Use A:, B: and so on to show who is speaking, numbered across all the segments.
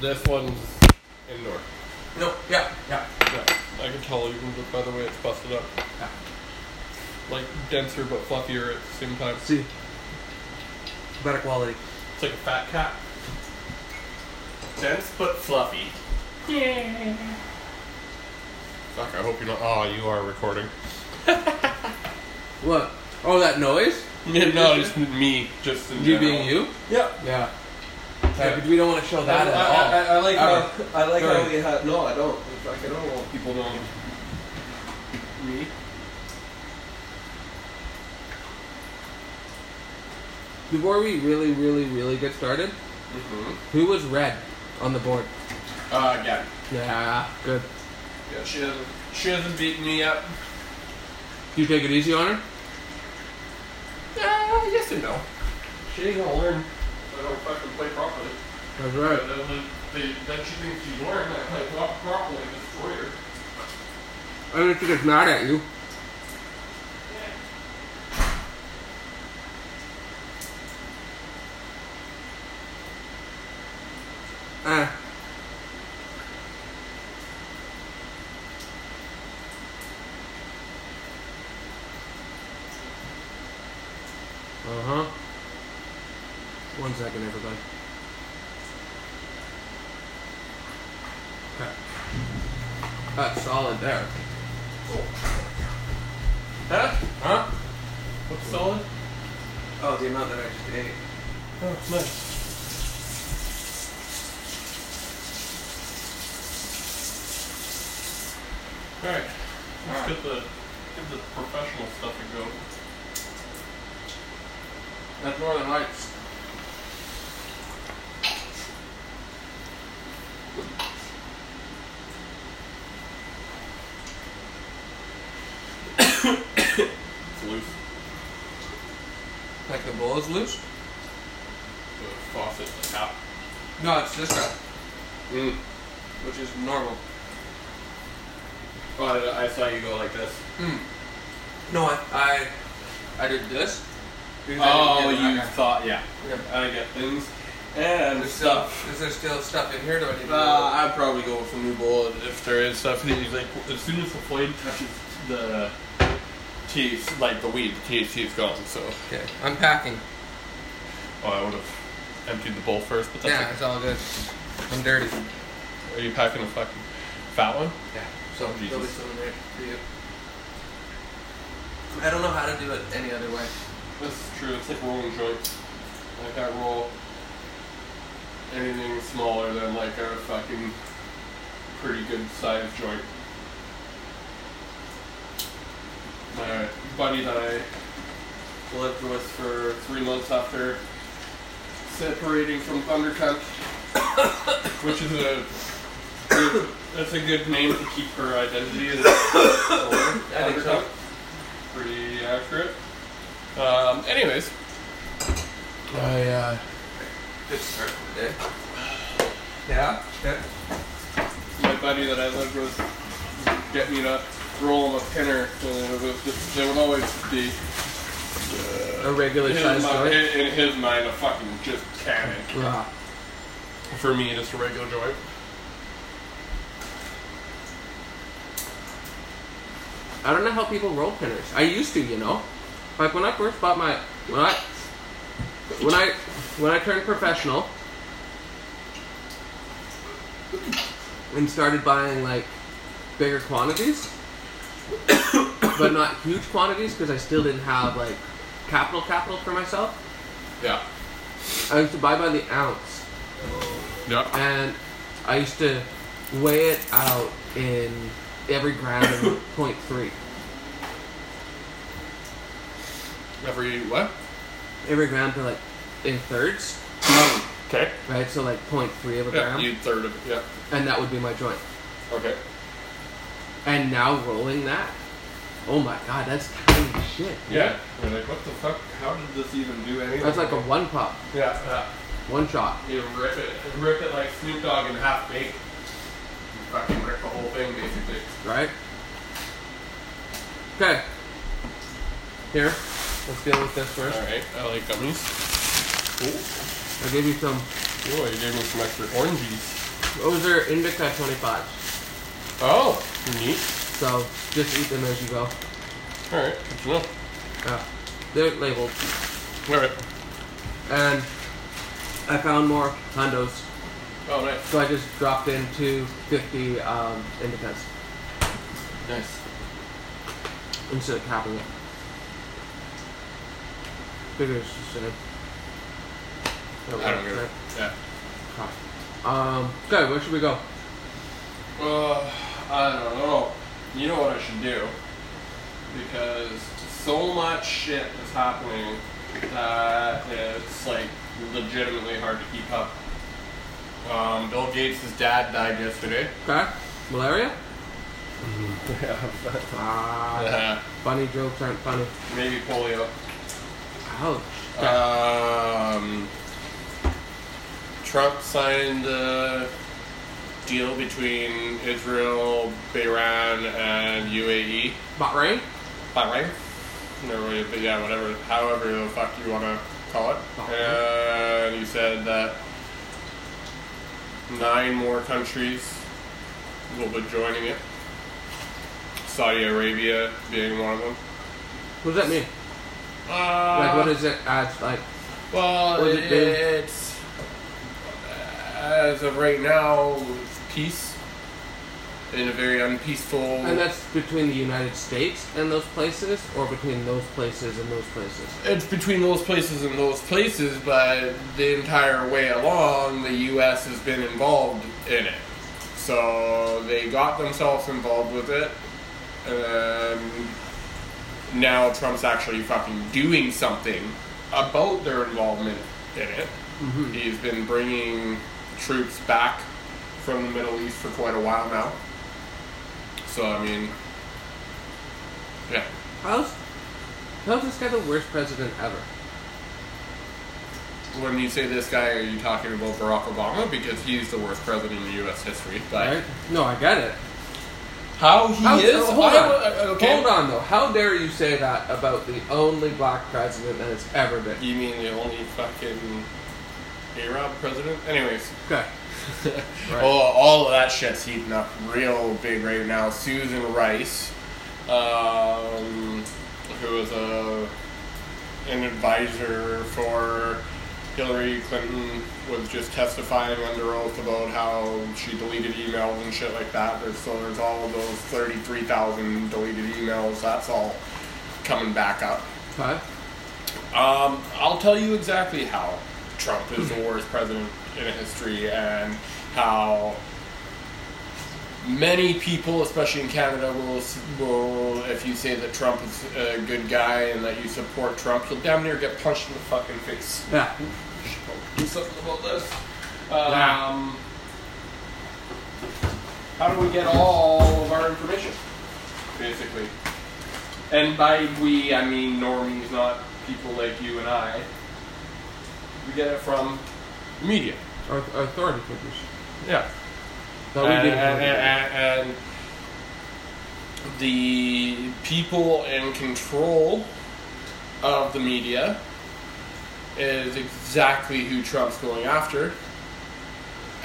A: this one's indoor.
B: No, yeah, yeah,
A: Yeah, I can tell even just by the way it's busted up.
B: yeah.
A: Like denser but fluffier at the same time.
B: See, better quality.
A: It's like a fat cat.
C: Dense but fluffy.
A: Fuck, I hope you're not. Oh, you are recording.
B: What? Oh, that noise?
A: no, just me, just in
B: You
A: general.
B: being you?
C: Yeah.
B: Yeah.
A: Yeah.
B: we don't want to show that
C: I,
B: at all.
C: I, I, I like
B: Alright.
C: how I like
B: Alright.
C: how we had no I don't In fact, I don't want people knowing me.
B: Before we really, really, really get started,
C: Mm-hmm.
B: who was red on the board?
C: Uh, yeah.
B: Yeah, good.
C: Yeah, she hasn't she hasn't beaten me yet.
B: You take it easy on her?
C: Yeah, yes and no. She ain't gonna learn. if I don't fucking play properly.
B: That's
C: But then, when they, then she thinks she's learned. I play pro- properly, destroy her.
B: I mean, she gets mad at you. Ah. Uh huh. One second, everybody. Okay. That's solid there.
C: Huh?
B: Huh?
C: What's solid?
B: Oh, the amount that I just ate.
C: Oh, nice.
A: All right, let's
C: Alright.
A: get the give the professional stuff a go.
B: That's Northern Lights.
A: It's loose.
B: Like the bowl is loose?
A: The faucet, the tap.
B: No, it's this guy,
C: Mm.
B: which is normal.
C: Oh, I, I saw you go like this.
B: Hmm. No, I, I, I did this. because I
C: Oh,
B: didn't
C: you
B: get that
C: thought, yeah.
B: guy. Yeah.
C: I get things and
B: There's
C: stuff.
B: stuff. Is there still stuff in here? Do I need to?
C: Uh, I'd probably go with a new bullet if there is stuff. that you like
A: As soon as the flame touches the
C: THC, like the weed, the THC's gone. So
B: okay, I'm packing.
A: oh, I would have emptied the bowl first, but that's
B: Yeah, it's all good. I'm dirty.
A: okay. Are you packing a fucking fat one?
B: Yeah. So
A: Jesus.
B: there'll be something there for you. I don't know how to do it any other way.
A: This is true. It's like rolling joints. I can't roll anything smaller than like a fucking pretty good sized joint. My buddy that I lived with for three months after separating from Thundercunt, which is a good, that's a good name to keep her identity. Is
B: I think so.
A: Thundercunt. Pretty accurate. Um, anyways,
B: I uh. Good start for the day. Yeah. Okay.
A: my buddy that I lived with would get me to roll him a pinner, and it was just, they would always be
B: A regular
A: in
B: size
A: his, mind,
B: joint.
A: in his mind a fucking just cannon.
B: Ah.
A: For me, just a regular joint.
B: I don't know how people roll pinners. I used to, you know. Like when I first bought my when I when I when I turned professional and started buying like bigger quantities, but not huge quantities because I still didn't have like capital capital for myself.
A: Yeah.
B: I used to buy by the ounce
A: Yeah.
B: and I used to weigh it out in every gram in point three.
A: Every what?
B: every gram to like in thirds,
A: Okay.
B: right? So like 0.3 of a
A: Yeah,
B: gram,
A: you third of it. Yeah.
B: and that would be my joint.
A: Okay.
B: And now rolling that, oh my god, that's tiny shit.
A: Yeah. You're like, what the fuck? How did this even do anything?
B: That's like a one pop,
A: Yeah.
B: one shot.
A: yeah. You rip it, rip it like Snoop Dogg in half baked. Fucking rip the whole thing basically.
B: right? Okay. Here, let's deal with this first.
A: Alright, I like gummies.
B: I gave you some.
A: Oh, you gave me some extra oranges.
B: Those are indica 25s.
A: Oh, neat.
B: So just eat them as you go.
A: All right, good to know.
B: Yeah. They're labeled.
A: All right.
B: And I found more hundos.
A: Oh, nice,
B: So I just dropped into 50 um, indicas
A: nice.
B: instead of capping it. Figures just said.
A: I don't get it. Yeah.
B: Um, okay, where should we go?
A: Uh, I don't know. You know what I should do? Because so much shit is happening that it's like legitimately hard to keep up. Um, Bill Gates' dad died yesterday.
B: Okay, malaria?
C: Yeah.
B: Ah, funny jokes aren't funny.
A: Uh, maybe polio.
B: Ouch. Okay.
A: Uh, Um, Trump signed the deal between Israel, Iran, and UAE.
B: Bahrain?
A: Bahrain? No, really, but yeah, whatever, however the fuck you want to call it.
B: Uh-huh.
A: And he said that nine more countries will be joining it. Saudi Arabia being one of them.
B: What does that mean?
A: Uh,
B: Like, what is it as, like,
A: Well,
B: What does it do?
A: it's as of right now it's peace in a very unpeaceful.
B: and that's between the United States and those places, or between those places and those places?
A: it's between those places and those places, but the entire way along, the U.S. has been involved in it. So they got themselves involved with it, and now Trump's actually fucking doing something about their involvement in it. He's been bringing troops back from the Middle East for quite a while now. So I mean, yeah.
B: How's, how's this guy the worst president ever?
A: When you say this guy, are you talking about Barack Obama? Because he's the worst president in U.S. history. But
B: Right? No, I get it.
A: how he
B: How-
A: is?
B: oh, hold,
A: I-
B: on.
A: uh, okay.
B: hold on, though. How dare you say that about the only black president that has ever been?
A: You mean the only fucking Arab president? Anyways,
B: Okay. Right.
A: oh, all of that shit's heating up real big right now. Susan Rice, um, who was a an advisor for Hillary Clinton, was just testifying under oath about how she deleted emails and shit like that. There's, so there's all of those thirty-three thousand deleted emails. That's all coming back up.
B: Okay.
A: Um, I'll tell you exactly how Trump is the worst president in history and how many people, especially in Canada, will, will if you say that Trump is a good guy and that you support Trump, you'll damn near get punched in the fucking face.
B: Yeah.
A: Do something about this.
B: Yeah.
A: Um, How do we get all of our information? Basically. And by we, I mean normies, not people like you and I. We get it from media.
B: Or, or authority figures.
A: Yeah.
B: That we didn't
A: and,
B: know.
A: and- and- and the people in control of the media is exactly who Trump's going after.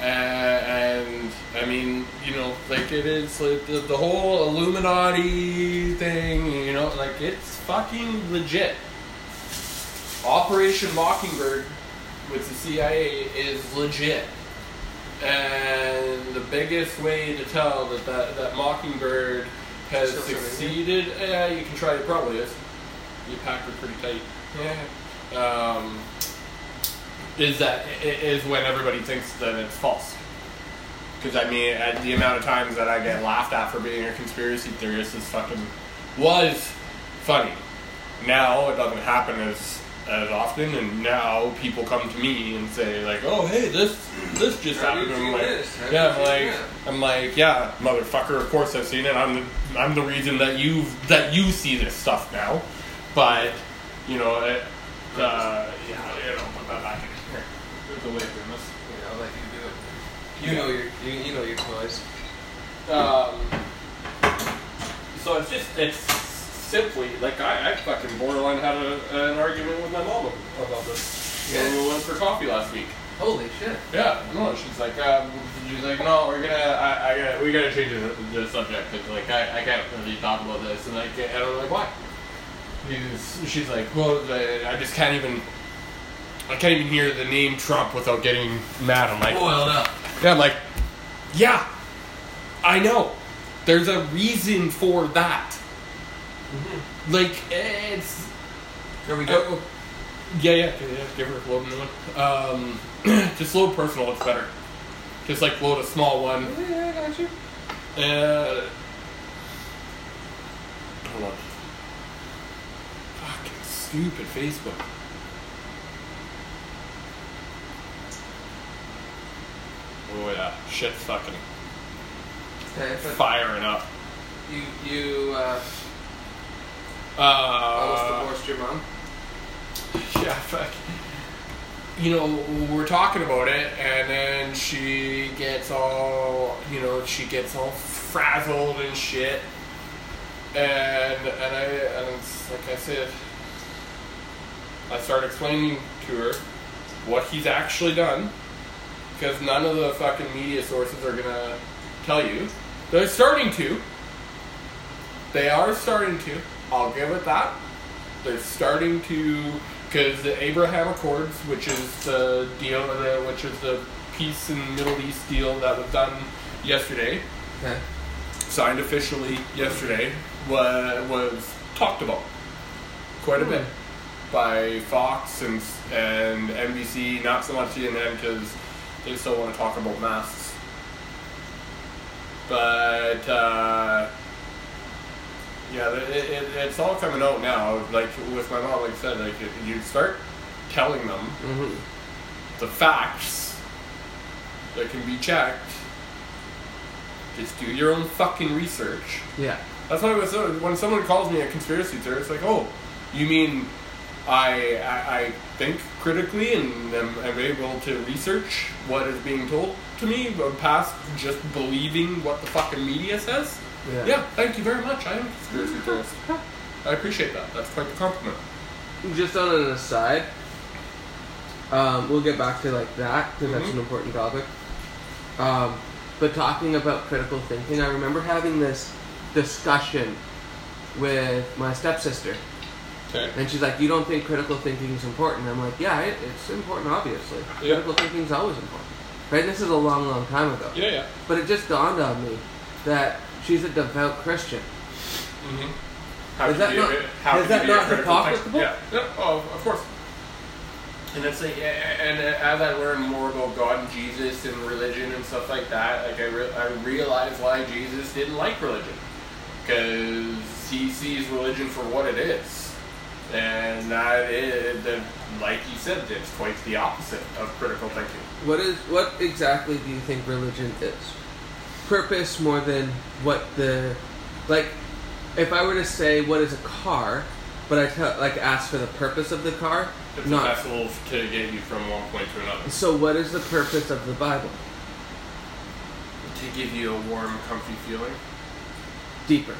A: A- And, I mean, you know, like it is like the, the whole Illuminati thing, you know, like it's fucking legit. Operation Mockingbird with the CIA is legit. And the biggest way to tell that that, that Mockingbird has
B: Still serving,
A: succeeded, yeah, you can try it probably is. You packed her pretty tight. Yeah. Um, is that i- i- is when everybody thinks that it's false. Because I mean, at the amount of times that I get laughed at for being a conspiracy theorist is fucking was funny. Now it doesn't happen as as often, and now people come to me and say like, "Oh, hey, this this just
B: Have
A: happened."
B: you
A: I'm
B: seen
A: like,
B: this? Have
A: yeah,
B: you
A: I'm
B: seen
A: like, I'm like, yeah, motherfucker. Of course I've seen it. I'm the I'm the reason that you that you see this stuff now, but you know, it, uh, yeah, you know, put that back in here. There's a way to do this.
C: You know, like you do it. You know your you, you know your toys.
A: Um, so it's just it's simply like I, I fucking borderline had a, an argument with my mom about this when we went for coffee last week.
B: Holy shit.
A: Yeah, no. She's like, um, she's like, no, we're gonna, I, I gotta, we gotta change the, the subject because like I, I can't really talk about this, and I can't, and I'm like, why? He's, she's like, well, the, I just can't even, I can't even hear the name Trump without getting mad. I'm like,
B: Oiled up.
A: yeah, I'm like, yeah, I know. There's a reason for that. Like, it's
B: There we go.
A: Oh, yeah, yeah, yeah, yeah. Give her load a new one. Um, just load personal. It's better. Just like load a small one.
B: Yeah, I got you.
A: Uh, hold on. Fucking stupid Facebook. Oh yeah, shit, fucking
B: Okay, but
A: firing up.
B: you you uh,
A: Uh,
B: almost divorced your mom.
A: Yeah, fuck. You know, we're talking about it, and then she gets all, you know, she gets all frazzled and shit. And and I and it's, like I said, I start explaining to her what he's actually done, because none of the fucking media sources are gonna tell you. They're starting to. They are starting to. I'll give it that they're starting to because the Abraham Accords, which is the deal, the, which is the peace in the Middle East deal that was done yesterday,
B: Okay.
A: signed officially yesterday, was, was talked about quite a bit by Fox and and NBC, not so much CNN because they still want to talk about masks. But uh, yeah, it, it, it- it's all coming out now. Like with my mom, like I said, like if you start telling them
B: Mm-hmm.
A: the facts that can be checked. Just do your own fucking research.
B: Yeah.
A: That's why when so- when someone calls me a conspiracy theorist, it's like, oh, you mean I I, I think critically and am, am able to research what is being told to me, but past just believing what the fucking media says.
B: Yeah.
A: Yeah, thank you very much. I am a conspiracy theorist. I appreciate that. That's quite the compliment.
B: Just on an aside, um, we'll get back to like that because that's
A: Mhm.
B: an important topic. Um, but talking about critical thinking, I remember having this discussion with my stepsister,
A: Okay.
B: and she's like, "You don't think critical thinking is important?" I'm like, "Yeah, it, it's important, obviously.
A: Yeah.
B: Critical thinking is always important, right?" And this is a long, long time ago.
A: Yeah, yeah.
B: But it just dawned on me that she's a devout Christian.
A: Mm-hmm. How
B: Is
A: to
B: that
A: be a
B: not-
A: good- how
B: is
A: to
B: that
A: be a
B: not
A: critical thinker.
B: hypocritical?
A: Yeah. yeah. Oh, of course. And it's like, a- a- and uh, as I learn more about God and Jesus and religion and stuff like that, like I, re- I realize why Jesus didn't like religion because he sees religion for what it is, and that is, that, like he said, it's quite the opposite of critical thinking.
B: What is what exactly do you think religion is? Purpose more than what the like if I were to say what is a car, but I tell like ask for the purpose of the car,
A: It's a
B: not
A: vessel to get you from one point to another.
B: so what is the purpose of the Bible?
A: To give you a warm, comfy feeling.
B: Deeper.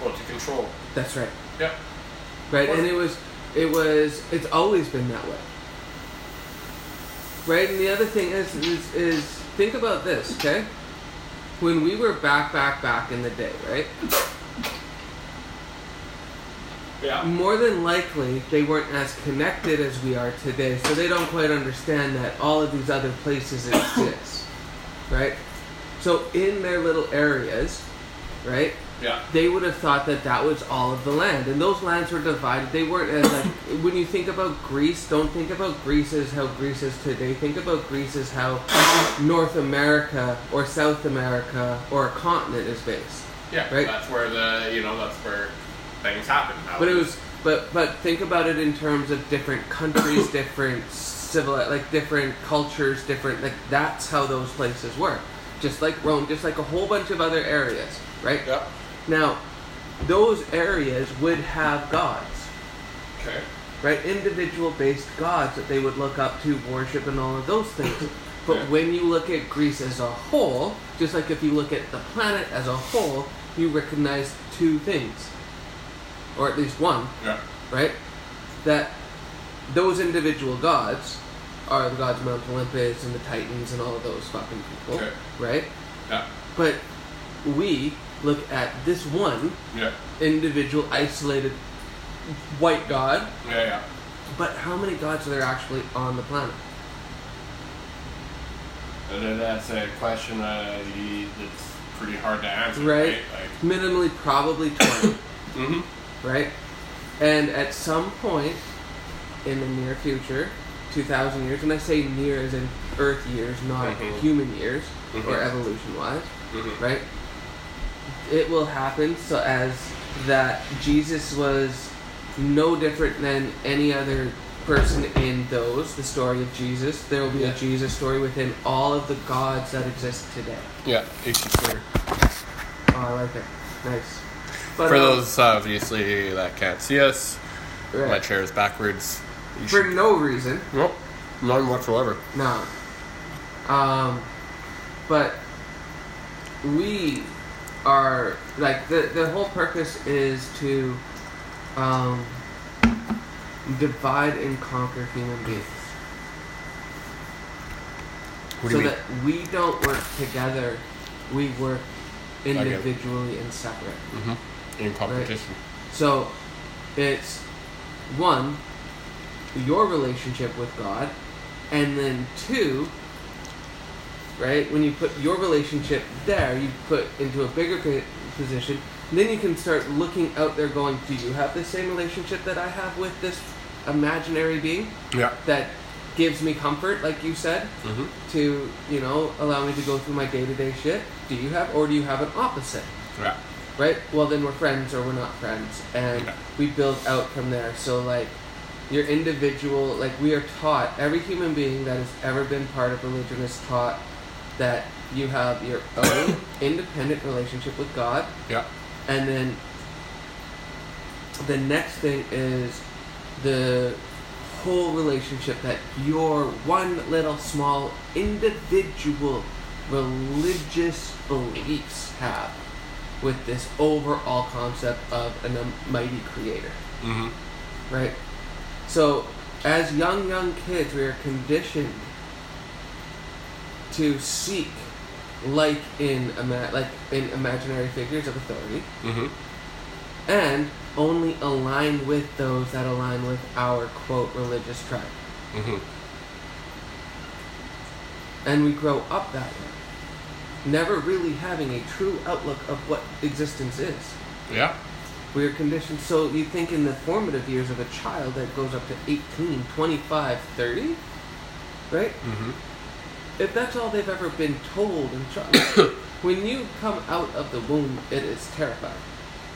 A: Well, to control.
B: That's right.
A: Yeah.
B: Right? And it was it was it's always been that way. Right? And the other thing is is, is think about this, okay? When we were back back back in the day, right?
A: Yeah.
B: more than likely they weren't as connected as we are today, so they don't quite understand that all of these other places exist, right? So in their little areas, right,
A: Yeah.
B: they would have thought that that was all of the land, and those lands were divided. They weren't as like when you think about Greece, don't think about Greece as how Greece is today. Think about Greece as how North America or South America or a continent is based.
A: Yeah,
B: Right?
A: that's where the you know that's where things happen. That
B: But it
A: was-
B: was, but but think about it in terms of different countries, different civil, like different cultures, different like that's how those places were. Just like Rome, just like a whole bunch of other areas, right?
A: yeah.
B: Now, those areas would have gods,
A: Okay.
B: right? Individual-based gods that they would look up to, worship, and all of those things. But
A: Yeah.
B: when you look at Greece as a whole, just like if you look at the planet as a whole, you recognize two things, or at least one
A: Yeah.
B: right? That those individual gods are the gods of Mount Olympus and the Titans and all of those fucking people,
A: Okay.
B: right?
A: Yeah.
B: But we look at this one
A: Yeah.
B: individual, isolated white god,
A: Yeah. Yeah.
B: but how many gods are there actually on the planet?
A: And then that's a question uh, you- that's pretty hard to answer,
B: Right.
A: right? Like,
B: Minimally, probably 20,
A: mm-hmm.
B: right? And at some point in the near future, 2,000 years, and I say near as in Earth years, not
A: Mhm.
B: human years, or
A: Mhm.
B: evolution wise,
A: Mm-hmm.
B: right? It will happen so as that Jesus was no different than any other person in those, the story of Jesus. There will be
A: Yeah.
B: a Jesus story within all of the gods that exist today.
A: Yeah, AC Twitter.
B: Oh, I like that. Nice. But,
A: For
B: um,
A: those obviously that can't see us,
B: right.
A: my chair is backwards. You
B: for
A: should-
B: no reason,
A: Nope, none whatsoever.
B: no. Um, but we are like the the whole purpose is to um, divide and conquer human beings
A: What do
B: so
A: you mean?
B: that we don't work together, we work
A: get it.
B: individually and separate.
A: Mm-hmm. In competition.
B: So it's one, your relationship with God, and then two, right? When you put your relationship there, you put into a bigger po- position. Then you can start looking out there, going, "Do you have the same relationship that I have with this imaginary being
A: Yeah.
B: that gives me comfort, like you said,
A: Mm-hmm.
B: to you know allow me to go through my day-to-day shit? Do you have, or do you have an opposite?"
A: Yeah.
B: right? Well, then we're friends or we're not friends, and
A: Yeah.
B: we build out from there. So like, your individual, like we are taught. Every human being that has ever been part of religion is taught that you have your own independent relationship with God,
A: Yeah.
B: and then the next thing is the whole relationship that your one little small individual religious beliefs have with this overall concept of an almighty creator,
A: Mm-hmm.
B: right? So, as young, young kids, we are conditioned to seek, like in ima- like in imaginary figures of authority,
A: Mm-hmm.
B: and only align with those that align with our quote religious tribe.
A: Mm-hmm.
B: And we grow up that way, never really having a true outlook of what existence is.
A: Yeah.
B: We are conditioned, so you think in the formative years of a child that goes up to 18, 25, 30, right?
A: Mm-hmm.
B: If that's all they've ever been told and trust, when you come out of the womb, it is terrifying.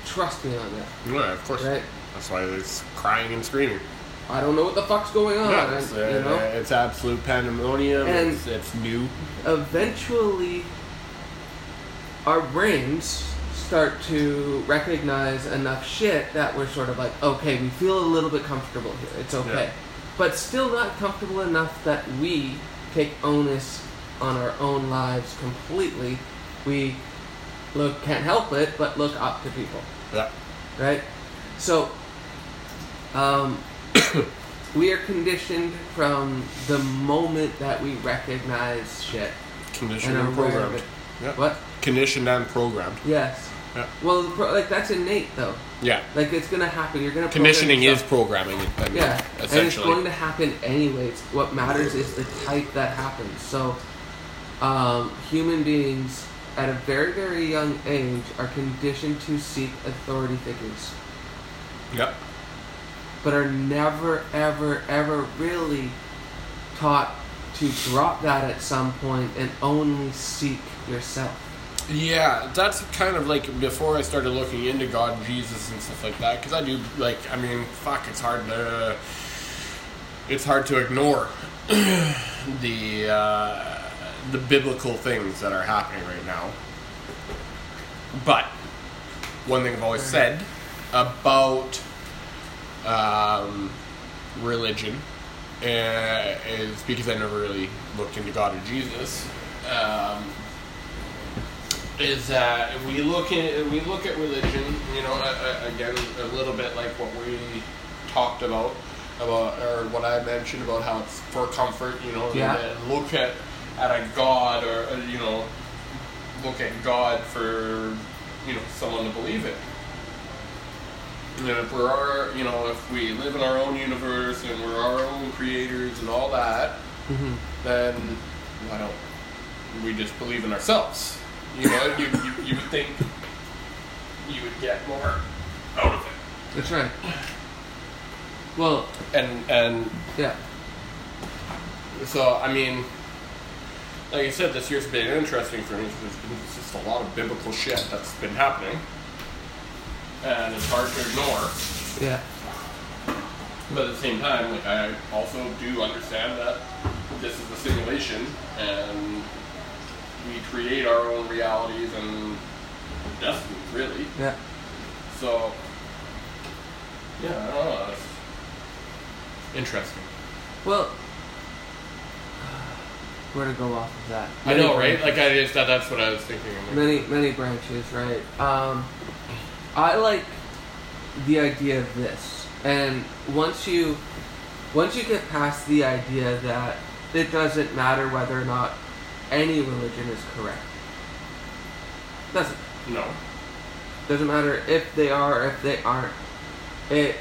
B: Trust me on that,
A: Yeah, of course.
B: right?
A: That's why there's crying and screaming.
B: I don't know what the fuck's going on.
A: yeah, it's,
B: I-
A: uh,
B: Oh, you know?
A: it's absolute pandemonium.
B: And-
A: it's, it's new.
B: eventually our brains start to recognize enough shit that we're sort of like, okay, we feel a little bit comfortable here. It's okay.
A: Yeah.
B: But still not comfortable enough that we take onus on our own lives completely. We look can't help it, but look up to people
A: Yeah.
B: right? So, um, we are conditioned from the moment that we recognize shit
A: Conditioned
B: and are
A: and
B: aware of
A: programmed.
B: it.
A: Yeah.
B: What?
A: Conditioned and programmed.
B: Yes.
A: Yeah.
B: Well, the pro- like that's innate though.
A: Yeah.
B: Like it's gonna happen. You're gonna program
A: Conditioning is
B: yourself.
A: programming. I mean,
B: yeah, and it's
A: Essentially.
B: going to happen anyways. What matters is the type that happens. So, um, human beings at a very very young age are conditioned to seek authority figures.
A: yeah.
B: but are never, ever, ever really taught to drop that at some point and only seek yourself.
A: Yeah, that's kind of like before I started looking into God, and Jesus, and stuff like that. Because I do like, I mean, fuck, it's hard to it's hard to ignore the uh, the biblical things that are happening right now. But one thing I've always said about um, religion uh, is because I never really looked into God or Jesus. Um, is that we look at we look at religion, you know, uh, uh, again a little bit like what we talked about, about or what I mentioned about how it's for comfort, you know,
B: Yeah.
A: and look at at a god or uh, you know look at God for you know someone to believe in. You know, if we're our, you know, if we live in our own universe and we're our own creators and all that, Mm-hmm.
B: hmm
A: then why don't we just believe in ourselves? You know, you, you, you would think you would get more out of it.
B: That's right. Well,
A: And and
B: yeah.
A: so I mean, like I said, this year's been interesting for me because there's been just a lot of biblical shit that's been happening, and it's hard to ignore.
B: Yeah.
A: But at the same time, like I also do understand that this is a simulation, and we create our own realities and destinies, really.
B: Yeah.
A: So, yeah, I don't know. It's interesting.
B: Well, where to go off of that?
A: I know, right? Like I just that, that's what I was thinking. I'm like,
B: many many branches, right? Um, I like the idea of this, and once you once you get past the idea that it doesn't matter whether or not any religion is correct, doesn't
A: no.
B: doesn't matter if they are or if they aren't. It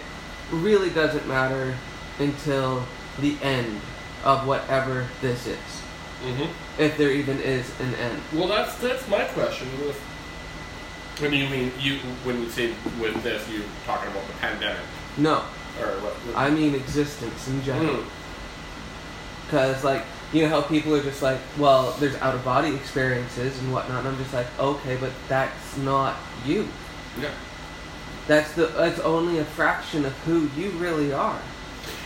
B: really doesn't matter until the end of whatever this is,
A: Mm-hmm.
B: if there even is an end.
A: Well, that's that's my question. With when you mean you when you say with this, you're talking about the pandemic
B: No,
A: or what? what-
B: I mean existence in general.
A: Mm.
B: Because, like, you know how people are just like, well, there's out of body experiences and whatnot, and I'm just like, okay, but that's not you.
A: Yeah.
B: That's the that's only a fraction of who you really are.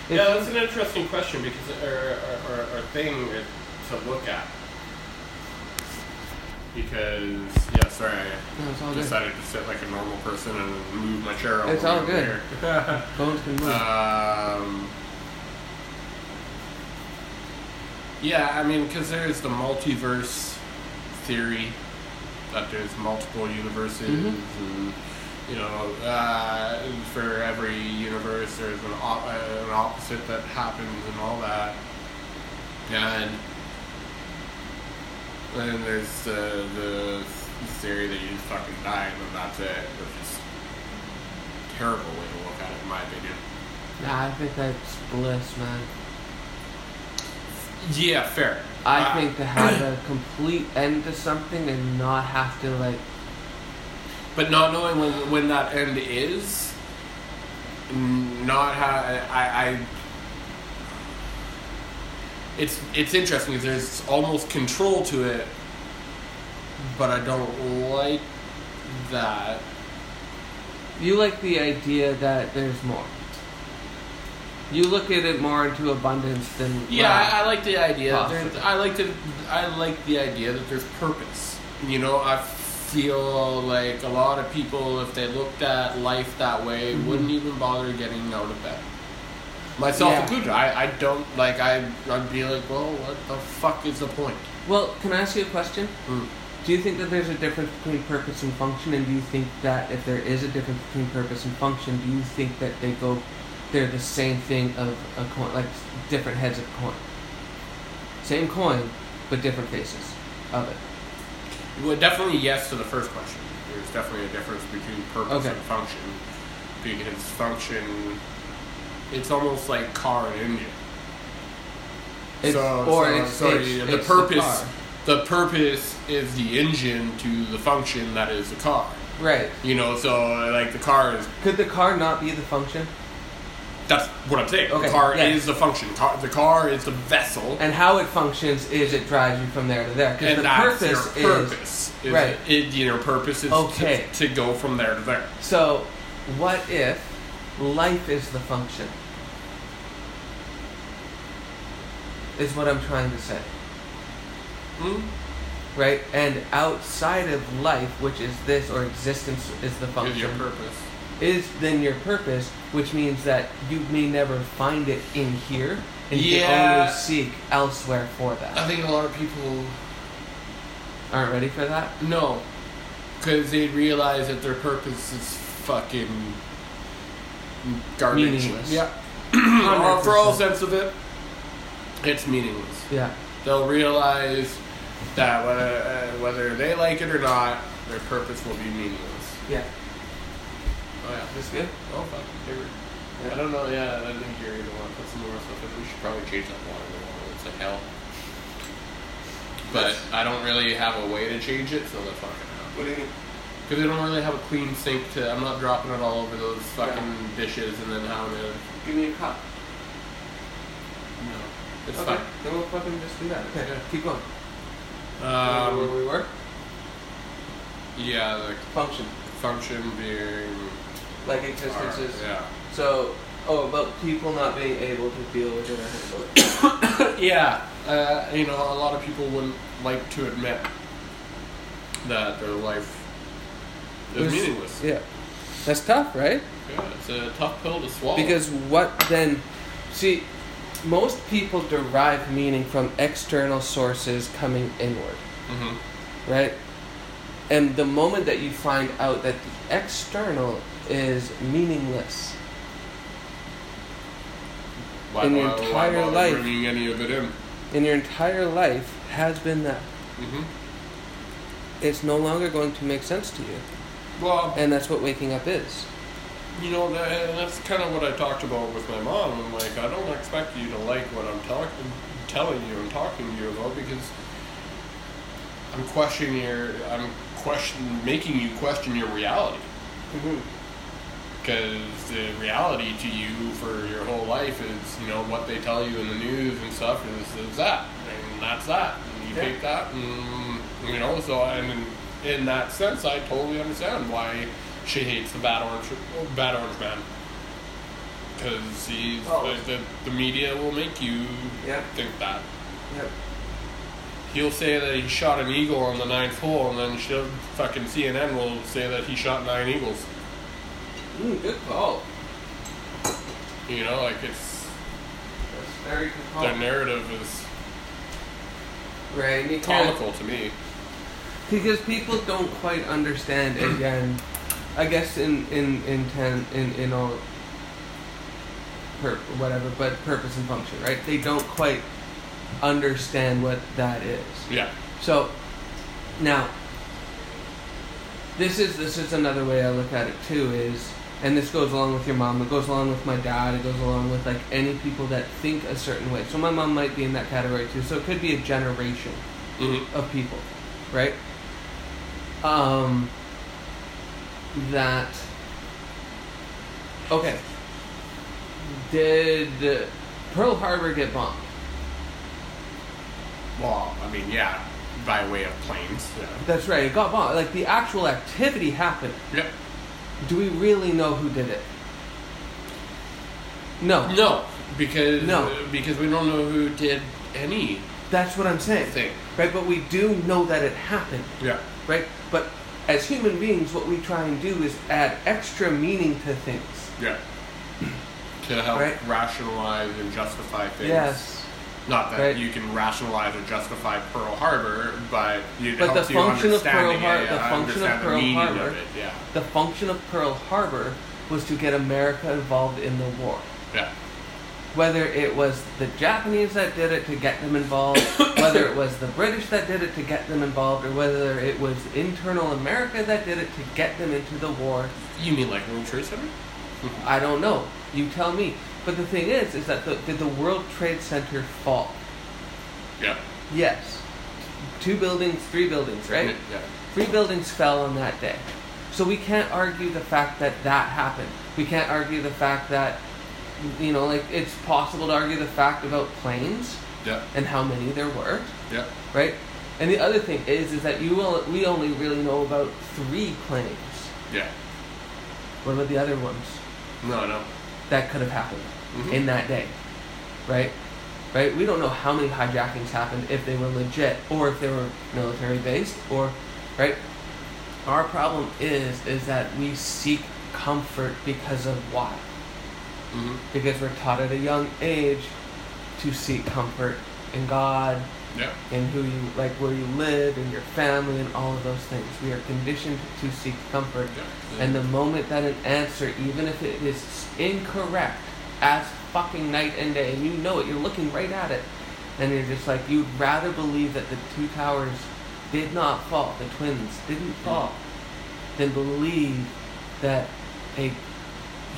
B: If-
A: yeah, that's an interesting question because or, or, or, or thing it- to look at. Because yeah, sorry, I
B: No, it's all good.
A: decided to sit like a normal person and move my chair.
B: It's
A: over
B: all good.
A: Here.
B: Bones can move.
A: Uh, Um, yeah, I mean, because there's the multiverse theory that there's multiple universes,
B: Mhm.
A: and you know, uh, for every universe, there's an, op- uh, an opposite that happens, and all that. And and there's uh, the theory that you just fucking die and then that's it, which is a terrible way to look at it, in my opinion.
B: nah, I think that's bliss, man.
A: Yeah, fair.
B: I
A: Uh,
B: think to have a complete end to something and not have to like
A: but not knowing when when that end is, n- not how I, I. It's it's interesting because there's almost control to it, but I don't like that.
B: you like the idea that there's more. You look at it more into abundance than
A: Yeah,
B: lack.
A: I, I like the idea. that
B: Possible.
A: there's- I like to. I like the idea that there's purpose. You know, I feel like a lot of people, if they looked at life that way, wouldn't even bother getting out of bed. Myself
B: Yeah.
A: included. I, I don't like. I I'd be like, well, what the fuck is the point?
B: Well, can I ask you a question?
A: Mm.
B: Do you think that there's a difference between purpose and function? And do you think that if there is a difference between purpose and function, do you think that they go, they're the same thing of a coin, like different heads of a coin? Same coin, but different faces of it.
A: Well, definitely yes to the first question. There's definitely a difference between purpose
B: Okay.
A: and function, because function, it's almost like car in India.
B: It's,
A: so,
B: or
A: so-
B: it's,
A: so
B: it's-
A: yeah,
B: it's
A: the purpose.
B: car.
A: The, purpose is the engine to the function that is the car.
B: right?
A: You know, so like the car is.
B: Could the car not be the function?
A: That's what I'm saying.
B: Okay,
A: the car
B: yeah.
A: is the function. Car, the car is the vessel,
B: And how it functions is it drives you from there to there. Because
A: and
B: the
A: that's
B: purpose,
A: your
B: is
A: purpose. Is,
B: right.
A: It, your purpose is
B: Okay.
A: to, to go from there to there.
B: so. What if life is the function? Is what I'm trying to say.
A: Hmm?
B: right? And outside of life, which is this or existence is the
A: Is your
B: function,
A: purpose.
B: is then your purpose, which means that you may never find it in here, and you can
A: Yeah.
B: only seek elsewhere for that.
A: I think a lot of people
B: Aren't ready for that?
A: No, because they realize that their purpose is fucking garbage.
B: Meaningless.
A: Yeah. Uh, for all
B: 100%.
A: sense of it, it's meaningless.
B: Yeah.
A: They'll realize that whether, uh, whether they like it or not, their purpose will be meaningless.
B: Yeah.
A: Oh yeah, this good. Oh fuck, here we- I don't know. Yeah, I didn't hear either one. Put some more stuff in. We should probably change that water. The water looks like hell. But I don't really have a way to change it, so that's fucking hell.
C: What do you mean?
A: Because they don't really have a clean sink to. I'm not dropping it all over those fucking dishes and then having to.
C: Give me a cup.
A: No, it's
B: okay.
A: fine.
B: Then we'll fucking just do that. Okay.
A: Yeah.
B: Keep going. Remember
A: Um,
B: where we were?
A: yeah, the
B: Function.
A: function being.
B: Like existence is.
A: Yeah.
B: So, oh, about people not being able to deal with it. I think.
A: Yeah, uh, you know, a lot of people wouldn't like to admit that their life is
B: It's-
A: meaningless. Yeah.
B: yeah. That's tough, right?
A: it's a tough pill to swallow.
B: Because what then? See, most people derive meaning from external sources coming inward,
A: Mhm.
B: right? And the moment that you find out that the external is meaningless,
A: why,
B: in your
A: why- why
B: entire
A: bother
B: life-
A: bringing any of it in.
B: and your entire life has been that,
A: hmm
B: it's no longer going to make sense to you.
A: Well,
B: And that's what waking up is.
A: you know, that, that's kind of what I talked about with my mom. I'm like, I don't expect you to like what I'm talking, telling you, and talking to you about because I'm questioning your, I'm question, making you question your reality.
B: Mm-hmm.
A: because the reality to you for your whole life is you know what they tell you in the news and stuff is, is that and that's that and you
B: Yeah.
A: take that and you know so and in, in that sense I totally understand why she hates the bad orange bad orange man because he's
B: Oh.
A: the, the, the media will make you
B: Yeah.
A: think that
B: Yep.
A: he'll say that he shot an eagle on the ninth hole and then she'll, fucking CNN will say that he shot nine eagles
B: Mm, good call.
A: you know like it's
B: That's very good
A: their narrative is
B: Right. and you can't-
A: comical to me.
B: because people don't quite understand again i guess in in in ten, in in all pur- whatever but purpose and function right they don't quite understand what that is
A: Yeah.
B: so now this is this is another way i look at it too is and this goes along with your mom it goes along with my dad it goes along with like any people that think a certain way so my mom might be in that category too so it could be a generation
A: Mm-hmm.
B: of people, right? Um, that okay. Did Pearl Harbor get bombed?
A: Well, I mean, yeah, by way of planes. Yeah.
B: That's right, it got bombed. Like the actual activity happened.
A: Yep.
B: Do we really know who did it? No,
A: No, because
B: No.
A: because we don't know who did anything.
B: that's what I'm saying. Right, but we do know that it happened,
A: Yeah.
B: right? But as human beings, what we try and do is add extra meaning to things.
A: Yeah. To help
B: Right.
A: rationalize and justify things.
B: Yes.
A: Not that
B: Right.
A: you can rationalize or justify Pearl Harbor, but it
B: But the
A: helps you
B: function of
A: understand
B: Pearl
A: it,
B: Har-
A: yeah,
B: the function of
A: understand the
B: Pearl
A: meaning
B: Harbor.
A: Of it. Yeah.
B: The function of Pearl Harbor was to get America involved in the war.
A: Yeah.
B: Whether it was the Japanese that did it to get them involved, whether it was the British that did it to get them involved, or whether it was internal America that did it to get them into the war,
A: You mean like World Trade Center?
B: I don't know. You tell me. But the thing is, is that the, did the World Trade Center fall?
A: Yeah.
B: Yes. Two buildings, three buildings, right?
A: Yeah.
B: Three buildings fell on that day. So we can't argue the fact that that happened. We can't argue the fact that, you know, like it's possible to argue the fact about planes
A: Yeah.
B: and how many there were,
A: Yeah.
B: right? And the other thing is, is that you will, we only really know about three planes.
A: Yeah.
B: What about the other ones
A: No, no.
B: that could have happened
A: Mhm.
B: in that day, right? Right? We don't know how many hijackings happened if they were legit or if they were military based or, right? Our problem is is that we seek comfort because of why?
A: Mm-hmm.
B: Because we're taught at a young age to seek comfort in God,
A: Yeah.
B: in who you like, where you live, in your family, and all of those things. We are conditioned to seek comfort,
A: Yeah.
B: and the moment that an answer, even if it is incorrect as fucking night and day, and you know it. You're looking right at it, and you're just like you'd rather believe that the two towers did not fall, the twins didn't
A: Mm.
B: fall, than believe that a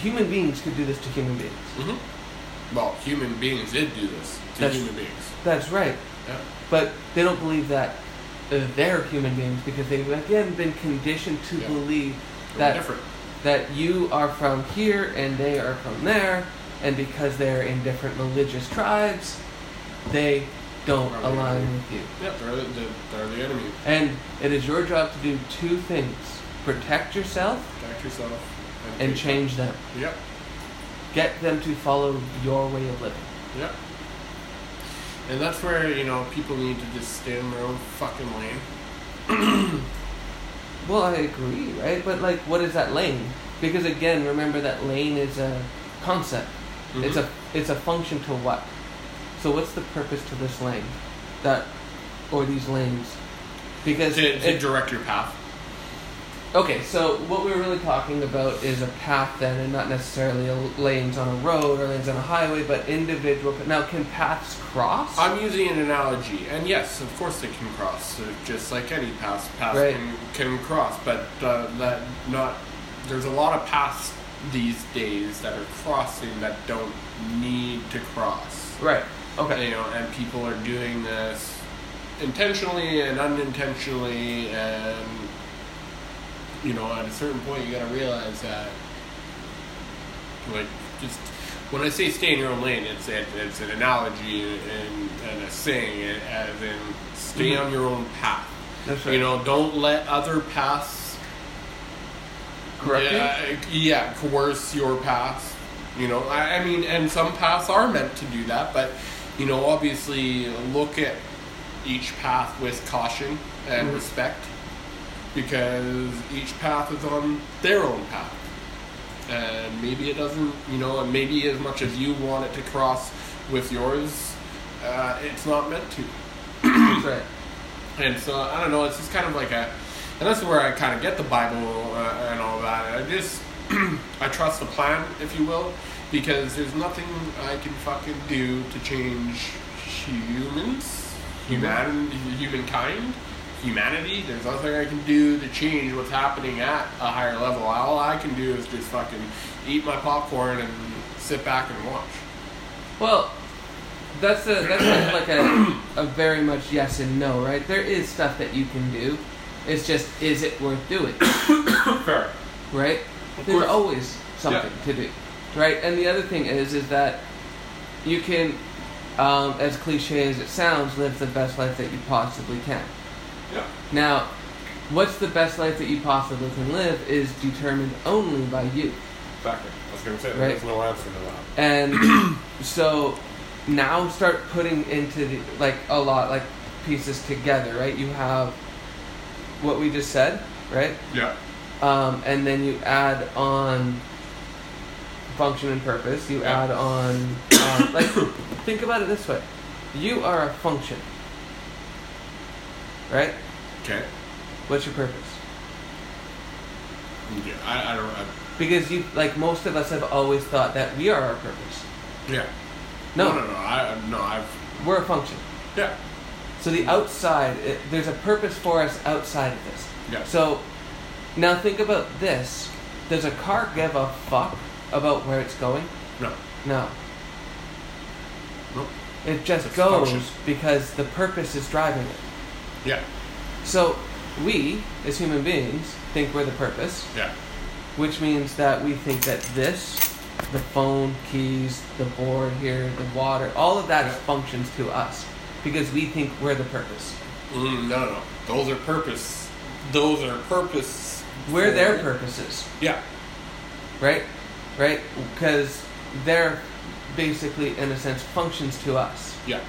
B: human beings could do this to human beings.
A: Mm-hmm. Well, human beings did do this to
B: That's-
A: human beings.
B: That's right.
A: Yeah.
B: But they don't believe that uh, they're human beings because they've again been conditioned to
A: Yeah.
B: believe
A: They're
B: that
A: different.
B: that you are from here and they are from there, and because they're in different religious tribes, they don't
A: Are they
B: align
A: really?
B: with you.
A: Yeah, they're the, they're- they're the enemy.
B: And it is your job to do two things: protect yourself
A: Protect yourself.
B: and
A: people.
B: change them.
A: Yep.
B: Get them to follow your way of living.
A: Yep. And that's where you know people need to just stay in their own fucking lane.
B: Well, I agree, right? But like, what is that lane? Because again, remember that lane is a concept.
A: Mm-hmm.
B: It's a it's a function to what? So what's the purpose to this lane, that or these lanes? Because
A: Mm-hmm. to, to
B: it-
A: direct your path.
B: okay, so what we're really talking about is a path then, and not necessarily a, lanes on a road or lanes on a highway, but individual. Now, can paths cross?
A: I'm using an analogy, and yes, of course they can cross. They're just like any path, paths
B: Right.
A: can, can cross, but uh, that not there's a lot of paths these days that are crossing that don't need to cross.
B: right. Okay.
A: You know, and people are doing this intentionally and unintentionally, and you know, at a certain point, you got to realize that, like, just when I say stay in your own lane, it's it, it's an analogy and, and a saying, as in stay on your own path.
B: Mm-hmm. That's right.
A: You know, don't let other paths
B: correct.
A: yeah, yeah, coerce your paths. You know, I, I mean, and some paths are meant to do that, but you know, obviously, look at each path with caution and
B: Mhm.
A: respect, because each path is on their own path, and maybe it doesn't. You know, and maybe as much as you want it to cross with yours, uh, it's not meant to.
B: That's right.
A: And so I don't know. It's just kind of like a, and that's where I kind of get the Bible uh, and all that. I just I trust the plan, if you will, because there's nothing I can fucking do to change humans, human, humankind, humanity. There's nothing I can do to change what's happening at a higher level. All I can do is just fucking eat my popcorn and sit back and watch.
B: Well, that's a that's kind of like a, a very much yes and no, right? There is stuff that you can do. It's just is it worth doing,
A: Fair.
B: right?
A: Of
B: There's
A: course.
B: always something to do, right? And the other thing is is that you can, um, as cliche as it sounds, live the best life that you possibly can.
A: Yeah.
B: Now, what's the best life that you possibly can live is determined only by you.
A: Factor. I was gonna say
B: Right. there's
A: no answer to that.
B: and so now start putting into the, like a lot like pieces together right you have what we just said right
A: Yeah.
B: um, and then you add on function and purpose you
A: Yeah.
B: add on uh, like think about it this way you are a function right
A: Okay.
B: what's your purpose
A: Yeah. I, I don't. I,
B: because you like most of us have always thought that we are our purpose
A: Yeah.
B: no,
A: No. No. I I- no. I've
B: we're a function
A: yeah.
B: So the outside, it, there's a purpose for us outside of this.
A: Yeah.
B: So now think about this. Does a car give a fuck about where it's going?
A: No.
B: No.
A: Nope.
B: It just
A: It's
B: goes
A: function.
B: because the purpose is driving it.
A: Yeah.
B: So we, as human beings, think we're the purpose,
A: Yeah.
B: which means that we think that this, the phone, keys, the board here, the water, all of that
A: Yeah.
B: functions to us because we think we're the purpose.
A: Mm, no. No. Those are purpose. Those are purpose.
B: We're their purposes.
A: Yeah.
B: right? Right? Because they're basically, in a sense, functions to us,
A: Yeah.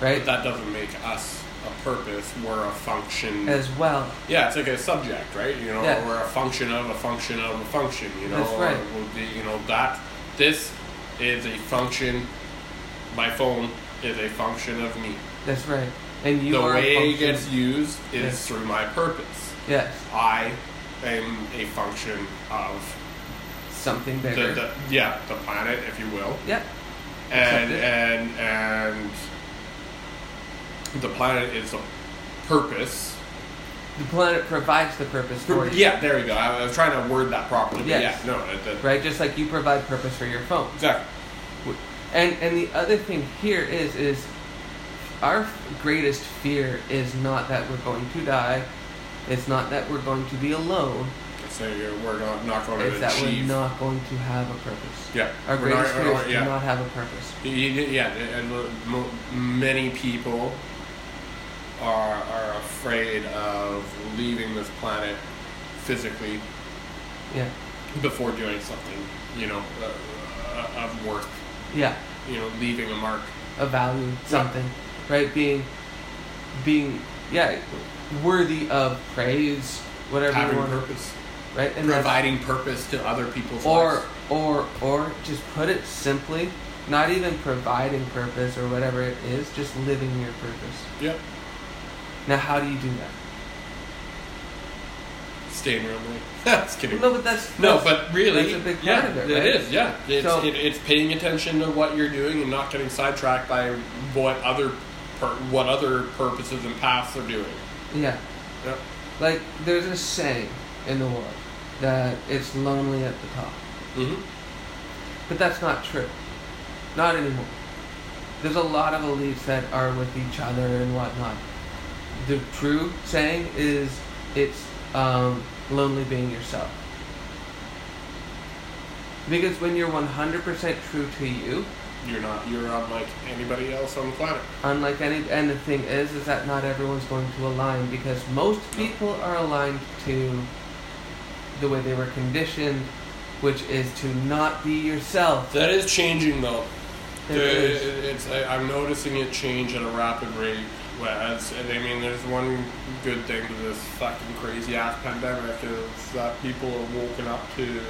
A: But
B: right?
A: that doesn't make us a purpose. We're a function.
B: As well.
A: yeah, it's like a subject, right? You know,
B: Yeah.
A: we're a function of a function of a function. You know,
B: That's right.
A: Or we'll be- you know that this is a function. My phone is a function of me.
B: That's right. And you
A: the
B: are
A: way
B: a
A: it
B: function.
A: gets used is
B: Yes.
A: through my purpose.
B: yes,
A: I am a function of
B: something
A: the,
B: bigger.
A: the yeah the planet, if you will,
B: yeah,
A: and
B: Accepted.
A: and and the planet is a purpose.
B: The planet provides the purpose for you.
A: Yeah, there you go. I, I was trying to word that properly. But
B: Yes.
A: Yeah, no, that, that,
B: Right? Just like you provide purpose for your phone.
A: exactly.
B: And and the other thing here is is our greatest fear is not that we're going to die. It's not that we're going to be alone.
A: So you're, we're not, not going
B: It's
A: to
B: that
A: achieve.
B: we're not going to have a purpose.
A: yeah,
B: Our
A: we're not-
B: greatest
A: we're
B: fear
A: not-
B: is
A: yeah.
B: to not have a purpose.
A: You- you- Yeah, and lo- mo- many people are are afraid of leaving this planet physically
B: Yeah.
A: before doing something, you know, uh, of worth,
B: Yeah.
A: you know, leaving a mark.
B: A value, something. Right? Being being yeah, worthy of praise, whatever you
A: having
B: want.
A: purpose,
B: Right? And that's-
A: providing purpose to other people's
B: or
A: lives.
B: or or just put it simply not even providing purpose or whatever it is just living your purpose
A: Yep,
B: now how do you do that
A: staying real late. That's kidding.
B: no but that's
A: No,
B: that's-
A: but really,
B: that's a big part
A: yeah,
B: of it,
A: it
B: right?
A: is. Yeah, it's,
B: So-
A: it, it's paying attention to what you're doing and not getting sidetracked by what other pur- what other purposes and paths are doing.
B: yeah
A: Yep.
B: like there's a saying in the world that it's lonely at the top
A: Mm-hmm.
B: but that's not true not anymore there's a lot of elites that are with each other and whatnot the true saying is it's um, lonely being yourself because when you're 100% true to you
A: You're not. You're unlike anybody else on the planet.
B: unlike any and the thing is is that not everyone's going to align because most people are aligned to the way they were conditioned which is to not be yourself
A: That is changing though.
B: It
A: The-
B: is.
A: it- it's, I, I'm noticing it change at a rapid rate. Whereas, and I mean, there's one good thing to this fucking crazy ass pandemic is that people are woken up to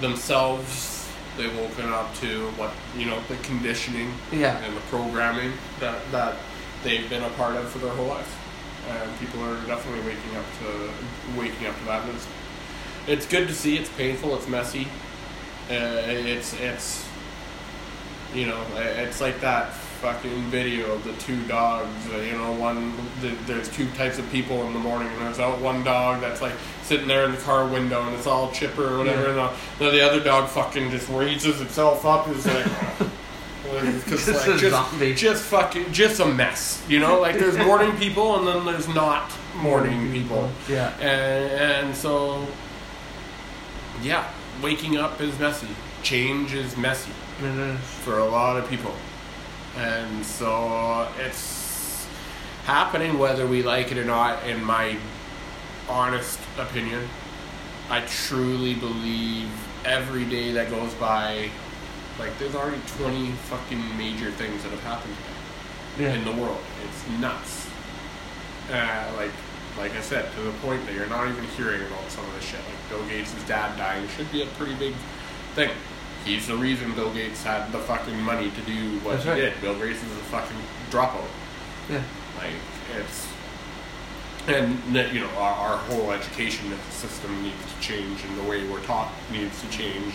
A: themselves. They've woken up to what you know the conditioning
B: yeah
A: and the programming that that they've been a part of for their whole life. And people are definitely waking up to waking up to that. And it's it's good to see. It's painful. It's messy. Uh, it's it's you know i- it's like that fucking video of the two dogs. uh, You know, one the, there's two types of people in the morning, and there's out one dog that's like sitting there in the car window, and it's all chipper or whatever, and the, the other dog fucking just raises itself up. and Is like. Because
B: Just
A: like,
B: a zombie.
A: just, just fucking, just a mess, you know. Like there's morning people, and then there's not morning people
B: yeah
A: and, and so yeah waking up is messy change is messy
B: It is.
A: for a lot of people and so it's happening whether we like it or not in my honest opinion i truly believe every day that goes by like there's already 20 fucking major things that have happened today in the world. It's nuts. Uh, like, like I said, to the point that you're not even hearing about some of this shit. Like Bill Gates' dad dying should be a pretty big thing. He's the reason Bill Gates had the fucking money to do what
B: That's
A: he
B: right.
A: did. Bill Gates is a fucking dropout.
B: yeah
A: Like it's, and that, you know our, our whole education system needs to change, and the way we're taught needs to change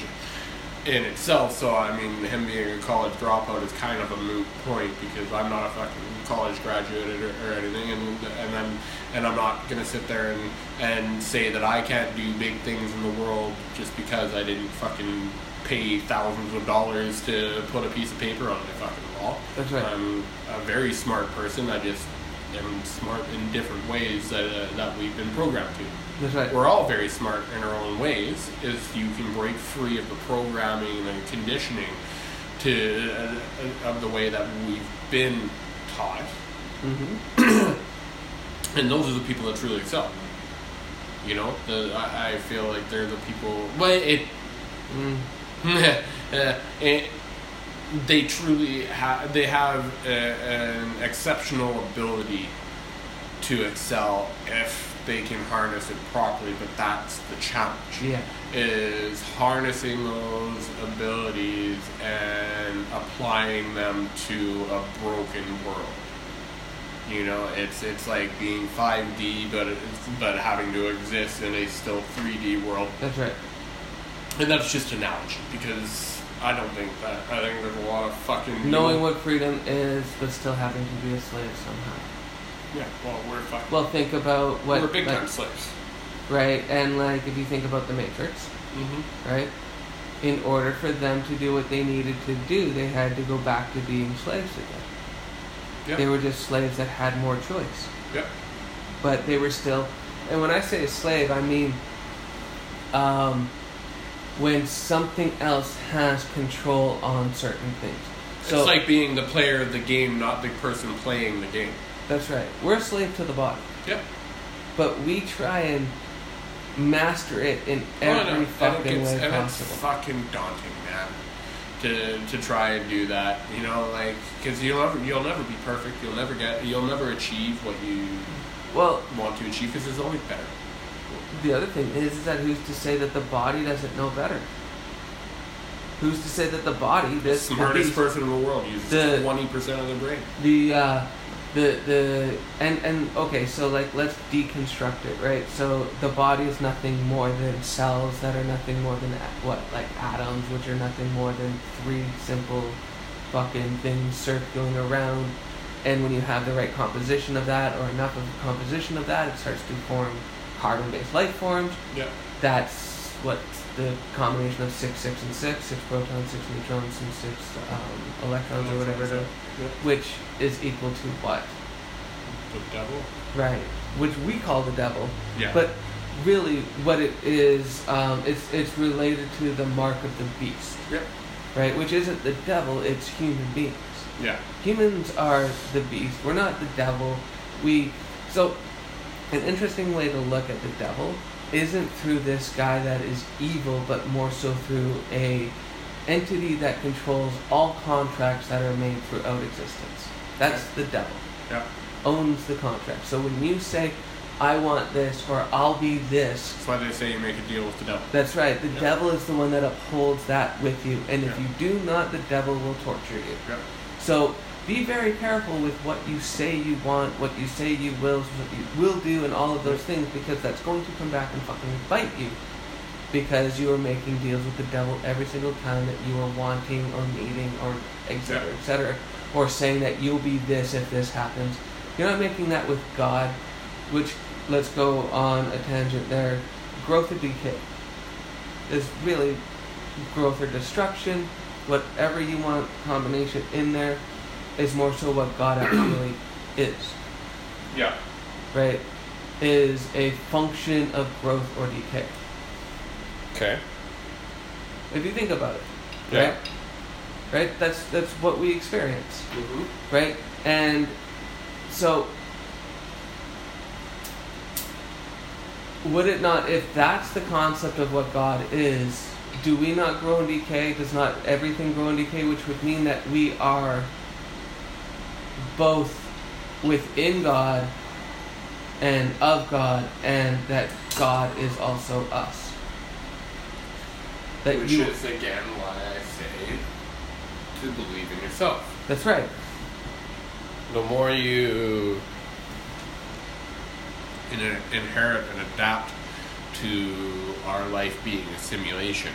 A: in itself. So I mean, him being a college dropout is kind of a moot point because I'm not a fucking college graduate or, or anything, and and I'm and I'm not gonna sit there and and say that I can't do big things in the world just because I didn't fucking pay thousands of dollars to put a piece of paper on my fucking wall.
B: That's right.
A: I'm a very smart person. I just am smart in different ways that, uh, that we've been programmed to
B: that's right
A: we're all very smart in our own ways is you can break free of the programming and conditioning to uh, of the way that we've been taught
B: hmm
A: and those are the people that truly excel you know the, I, I feel like they're the people but it
B: Mm.
A: uh, it- they truly ha- they have a, an exceptional ability to excel if they can harness it properly but that's the challenge
B: yeah
A: is harnessing those abilities and applying them to a broken world. You know, it's it's like being 5D, but it's, but having to exist in a still 3D world,
B: that's right
A: and that's just an analogy because I don't think that. I think there's a lot of fucking.
B: Knowing what freedom is, but still having to be a slave somehow.
A: Yeah, well, we're fucking.
B: Well, think about what.
A: we're big
B: like,
A: time slaves.
B: Right, and like if you think about the Matrix,
A: Mm-hmm.
B: right? In order for them to do what they needed to do, they had to go back to being slaves again.
A: Yep.
B: They were just slaves that had more choice.
A: Yep.
B: But they were still, and when I say a slave, I mean um, when something else has control on certain things. So
A: it's like being the player of the game, not the person playing the game.
B: that's right. We're a slave to the body,
A: Yep.
B: but we try and master it in every
A: I think
B: fucking
A: it's,
B: way
A: and it's
B: possible.
A: fucking daunting, man. To, to try and do that, you know, like because you'll never you'll never be perfect. You'll never get you'll never achieve what you
B: well,
A: want to achieve because there's always better.
B: The other thing is, is that who's to say that the body doesn't know better? Who's to say that the body,
A: The
B: this
A: smartest
B: the,
A: person in the world
B: The-
A: uses twenty percent of their brain.
B: the uh, the the and and okay, so like let's deconstruct it, right? So the body is nothing more than cells that are nothing more than a- what like atoms, which are nothing more than three simple fucking things circling around. And when you have the right composition of that, or enough of a composition of that, it starts to form carbon-based life forms
A: Yeah.
B: that's what the combination of six, six, and six, six protons, six neutrons, and six um, electrons, or whatever, they're, which is equal to what?
A: The devil.
B: Right. Which we call the devil,
A: Yeah.
B: but really, what it is, um, it's it's related to the mark of the beast,
A: Yep.
B: right? Which isn't the devil; it's human beings.
A: Yeah.
B: Humans are the beast. We're not the devil. We so an interesting way to look at the devil isn't through this guy that is evil, but more so through a entity that controls all contracts that are made throughout existence. That's the devil.
A: Yeah.
B: Owns the contract. So when you say, "I want this" or "I'll be this,"
A: That's why they say you make a deal with the devil.
B: that's right. The
A: Yeah.
B: devil is the one that upholds that with you, and if
A: Yeah.
B: you do not, the devil will torture you.
A: Yep.
B: So be very careful with what you say you want, what you say you will, what you will do, and all of those things because that's going to come back and fucking bite you because you are making deals with the devil every single time that you are wanting or needing or et cetera, et cetera, or saying that you'll be this if this happens. You're not making that with God, which let's go on a tangent there. Growth or decay is really growth or destruction, whatever you want combination in there is more so what God actually is,
A: Yeah.
B: right? Is a function of growth or decay.
A: Okay.
B: If you think about it,
A: Yeah.
B: right? Right? That's that's what we experience,
A: Mm-hmm.
B: right? And so would it not if that's the concept of what God is, do we not grow and decay? Does not everything grow and decay, which would mean that we are both within God and of God and that God is also us. That
A: Which
B: you
A: is again why I say to believe in yourself.
B: That's right.
A: the more you in- inherit and adapt to our life being a simulation,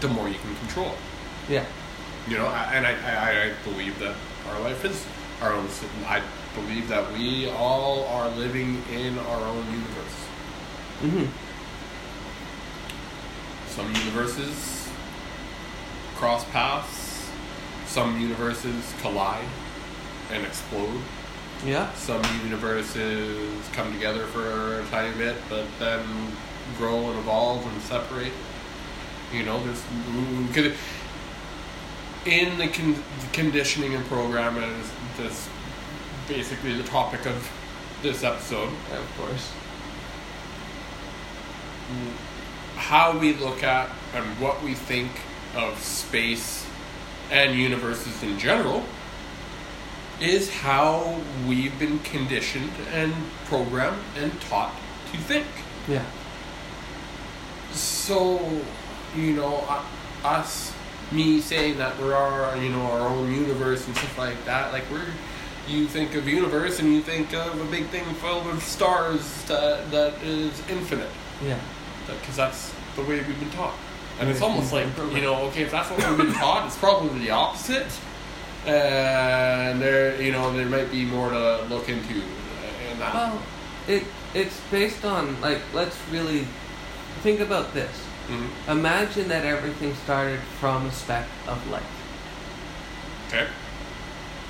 A: the more you can control. it.
B: Yeah.
A: You know, I- and I, I, I believe that our life is our own. sim- I believe that we all are living in our own universe.
B: hmm
A: Some universes cross paths, some universes collide and explode.
B: Yeah.
A: some universes come together for a tiny bit, but then grow and evolve and separate. You know, there's could- in the, con- the conditioning and programming is this basically the topic of this episode.
B: Of course.
A: How we look at and what we think of space and universes in general is how we've been conditioned and programmed and taught to think.
B: Yeah.
A: So, you know, u- us, me saying that we're our, you know, our own universe and stuff like that, like we're, you think of universe and you think of a big thing filled with stars that, that is infinite,
B: Yeah.
A: because that's the way we've been taught. And it's almost like, you know, okay, if that's what we've been taught, it's probably the opposite. And there, you know, there might be more to look into. And that.
B: Well, it it's based on like let's really think about this.
A: Mhm.
B: Imagine that everything started from a speck of light,
A: Okay.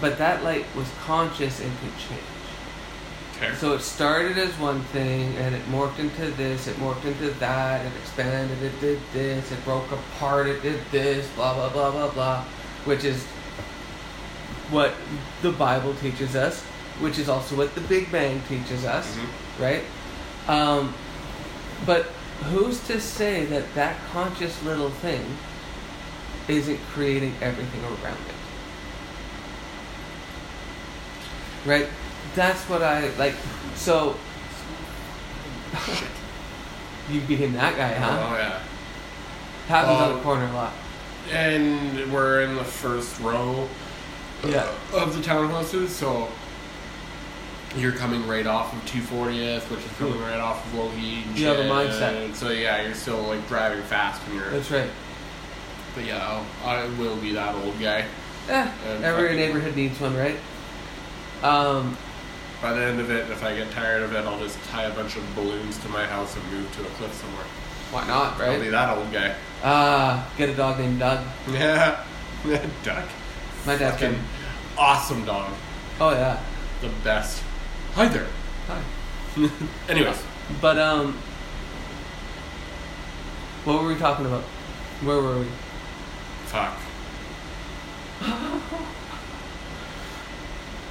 B: but that light was conscious and could change.
A: Okay.
B: So it started as one thing, and it morphed into this, it morphed into that, it expanded, it did this, it broke apart, it did this, blah blah blah blah blah, which is what the Bible teaches us, which is also what the Big Bang teaches us.
A: Mhm.
B: right? Um, but who's to say that that conscious little thing isn't creating everything around it? Right? That's what I like. So you being that guy, huh?
A: Oh, yeah.
B: Happens on
A: Oh.
B: the corner a lot.
A: And we're in the first row uh,
B: Yeah.
A: of the townhouses, so you're coming right off of 240th, which is coming right off of Logie. and
B: Hmm. You have a
A: shit.
B: mindset.
A: So yeah, you're still like driving fast when you're.
B: That's right.
A: But yeah, I'll, I will be that old guy.
B: Eh,
A: And
B: every
A: fucking-
B: neighborhood needs one, right? Um,
A: By the end of it, if I get tired of it, I'll just tie a bunch of balloons to my house and move to a cliff somewhere.
B: why not,
A: I'll be
B: right?
A: that old guy.
B: Ah, get a dog named Doug.
A: Yeah, duck.
B: My dad's
A: Fucking
B: been-
A: awesome dog.
B: Oh yeah.
A: The best. Hi there.
B: Hi.
A: Anyways,
B: But um, what were we talking about? Where were we?
A: fuck.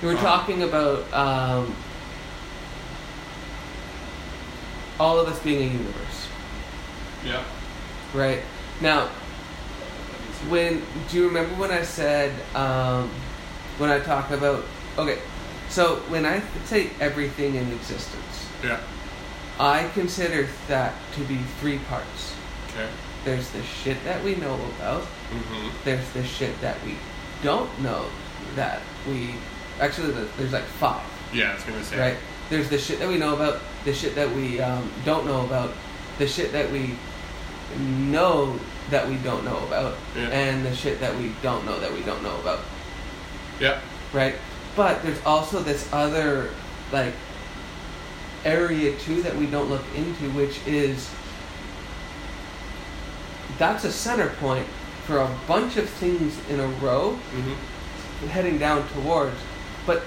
B: We were
A: Oh.
B: talking about um, all of us being a universe,
A: Yeah.
B: right? Now, when do you remember when I said um, when I talk about okay? So when I say everything in existence,
A: Yeah.
B: I consider that to be three parts.
A: Okay.
B: There's the shit that we know about.
A: Mm-hmm.
B: there's the shit that we don't know that we actually the- there's like five
A: Yeah, I was gonna say.
B: right there's the shit that we know about the shit that we um, don't know about the shit that we know that we don't know about
A: Yeah.
B: and the shit that we don't know that we don't know about
A: Yeah.
B: right but there's also this other like area too that we don't look into which is that's a center point for a bunch of things in a row
A: Mm-hmm.
B: heading down towards but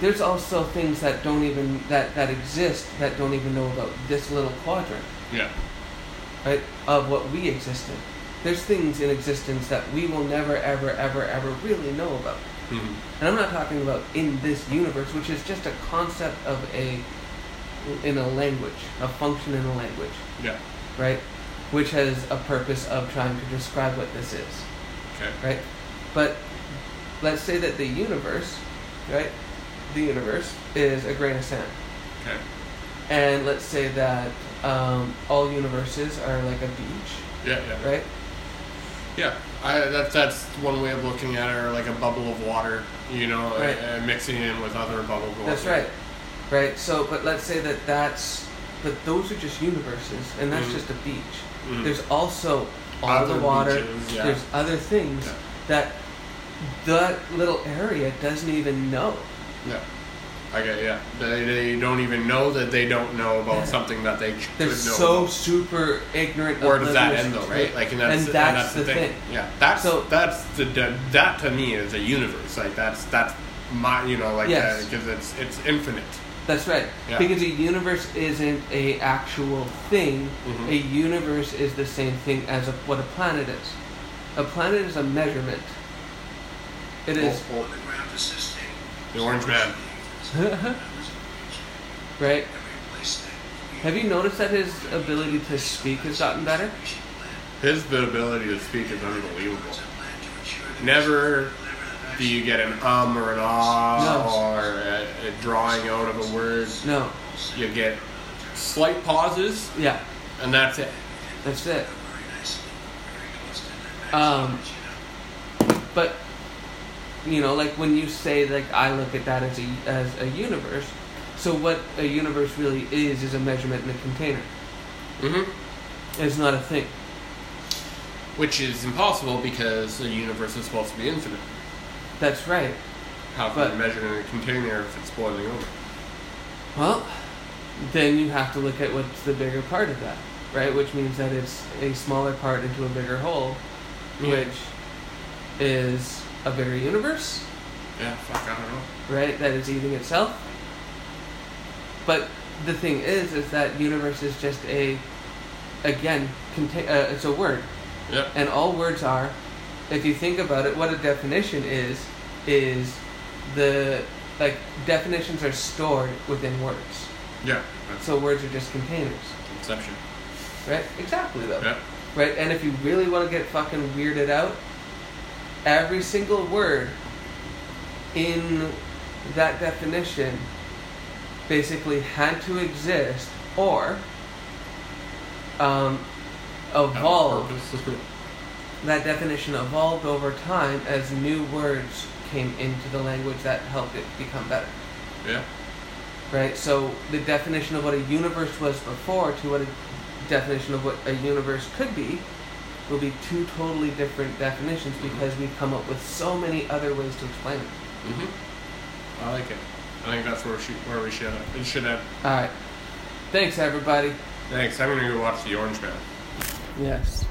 B: there's also things that don't even that that exist that don't even know about this little quadrant
A: Yeah.
B: right of what we exist in there's things in existence that we will never ever ever ever really know about
A: Mm-hmm.
B: and I'm not talking about in this universe, which is just a concept of a in a language, a function in a language,
A: Yeah.
B: right? Which has a purpose of trying to describe what this is,
A: Okay.
B: right? But let's say that the universe, right? The universe is a grain of sand,
A: Okay.
B: and let's say that um, all universes are like a beach,
A: Yeah. Yeah.
B: right?
A: Yeah, I, that, that's one way of looking at it, or like a bubble of water, you know,
B: Right.
A: and mixing in with other bubble of water.
B: That's right, right. So, but let's say that that's, but those are just universes, and that's
A: Mhm.
B: just a beach.
A: Mm.
B: There's also all
A: Other
B: the water.
A: beaches, yeah.
B: There's other things
A: Yeah.
B: that that little area doesn't even know.
A: yeah. Okay, yeah. They, they don't even know that they don't know about
B: Yeah.
A: something that they should
B: They're
A: know.
B: so
A: about.
B: super ignorant.
A: Where does that
B: oblivious
A: end, though,
B: to
A: right?
B: it.
A: Like, and that's,
B: and that's,
A: the, thing. Yeah, that's
B: So-
A: that's the that to me is a universe. Like that's that's my you know like
B: Yes.
A: because it's it's infinite.
B: That's right.
A: Yeah.
B: Because a universe isn't a actual thing.
A: Mhm.
B: A universe is the same thing as a, what a planet is. A planet is a measurement. It is
A: Oh, oh, the orange man.
B: right. Have you noticed that his ability to speak has gotten better?
A: His ability to speak is unbelievable. Never do you get an um or an ah
B: No.
A: or a, a drawing out of a word.
B: No.
A: You get slight pauses,
B: Yeah.
A: and that's it.
B: That's it. Um, but you know, like when you say like I look at that as a as a universe. So what a universe really is is a measurement in a container.
A: Mm-hmm.
B: It's not a thing.
A: Which is impossible because the universe is supposed to be infinite.
B: That's right.
A: How
B: But-
A: can you measure in a container if it's boiling over?
B: Well, then you have to look at what's the bigger part of that, right? Which means that it's a smaller part into a bigger whole,
A: Yeah.
B: which is a bigger universe,
A: Yeah, fuck, I don't know.
B: right? That is eating itself. But the thing is, is that universe is just a, again, contain, uh, it's a word,
A: Yep.
B: and all words are, if you think about it, what a definition is, is the like definitions are stored within words.
A: Yeah, that's
B: So words are just containers,
A: inception.
B: right? Exactly though.
A: Yep.
B: Right? And if you really want to get fucking weirded out, every single word in that definition basically had to exist or um, evolved. That definition evolved over time as new words came into the language that helped it become better.
A: yeah.
B: Right? So the definition of what a universe was before to what a definition of what a universe could be will be two totally different definitions because we've come up with so many other ways to explain it.
A: Mm-hmm. I like it. I think that's where we should, where we should, it should end.
B: All right. Thanks, everybody.
A: Thanks. I'm gonna go watch The Orange Man.
B: Yes.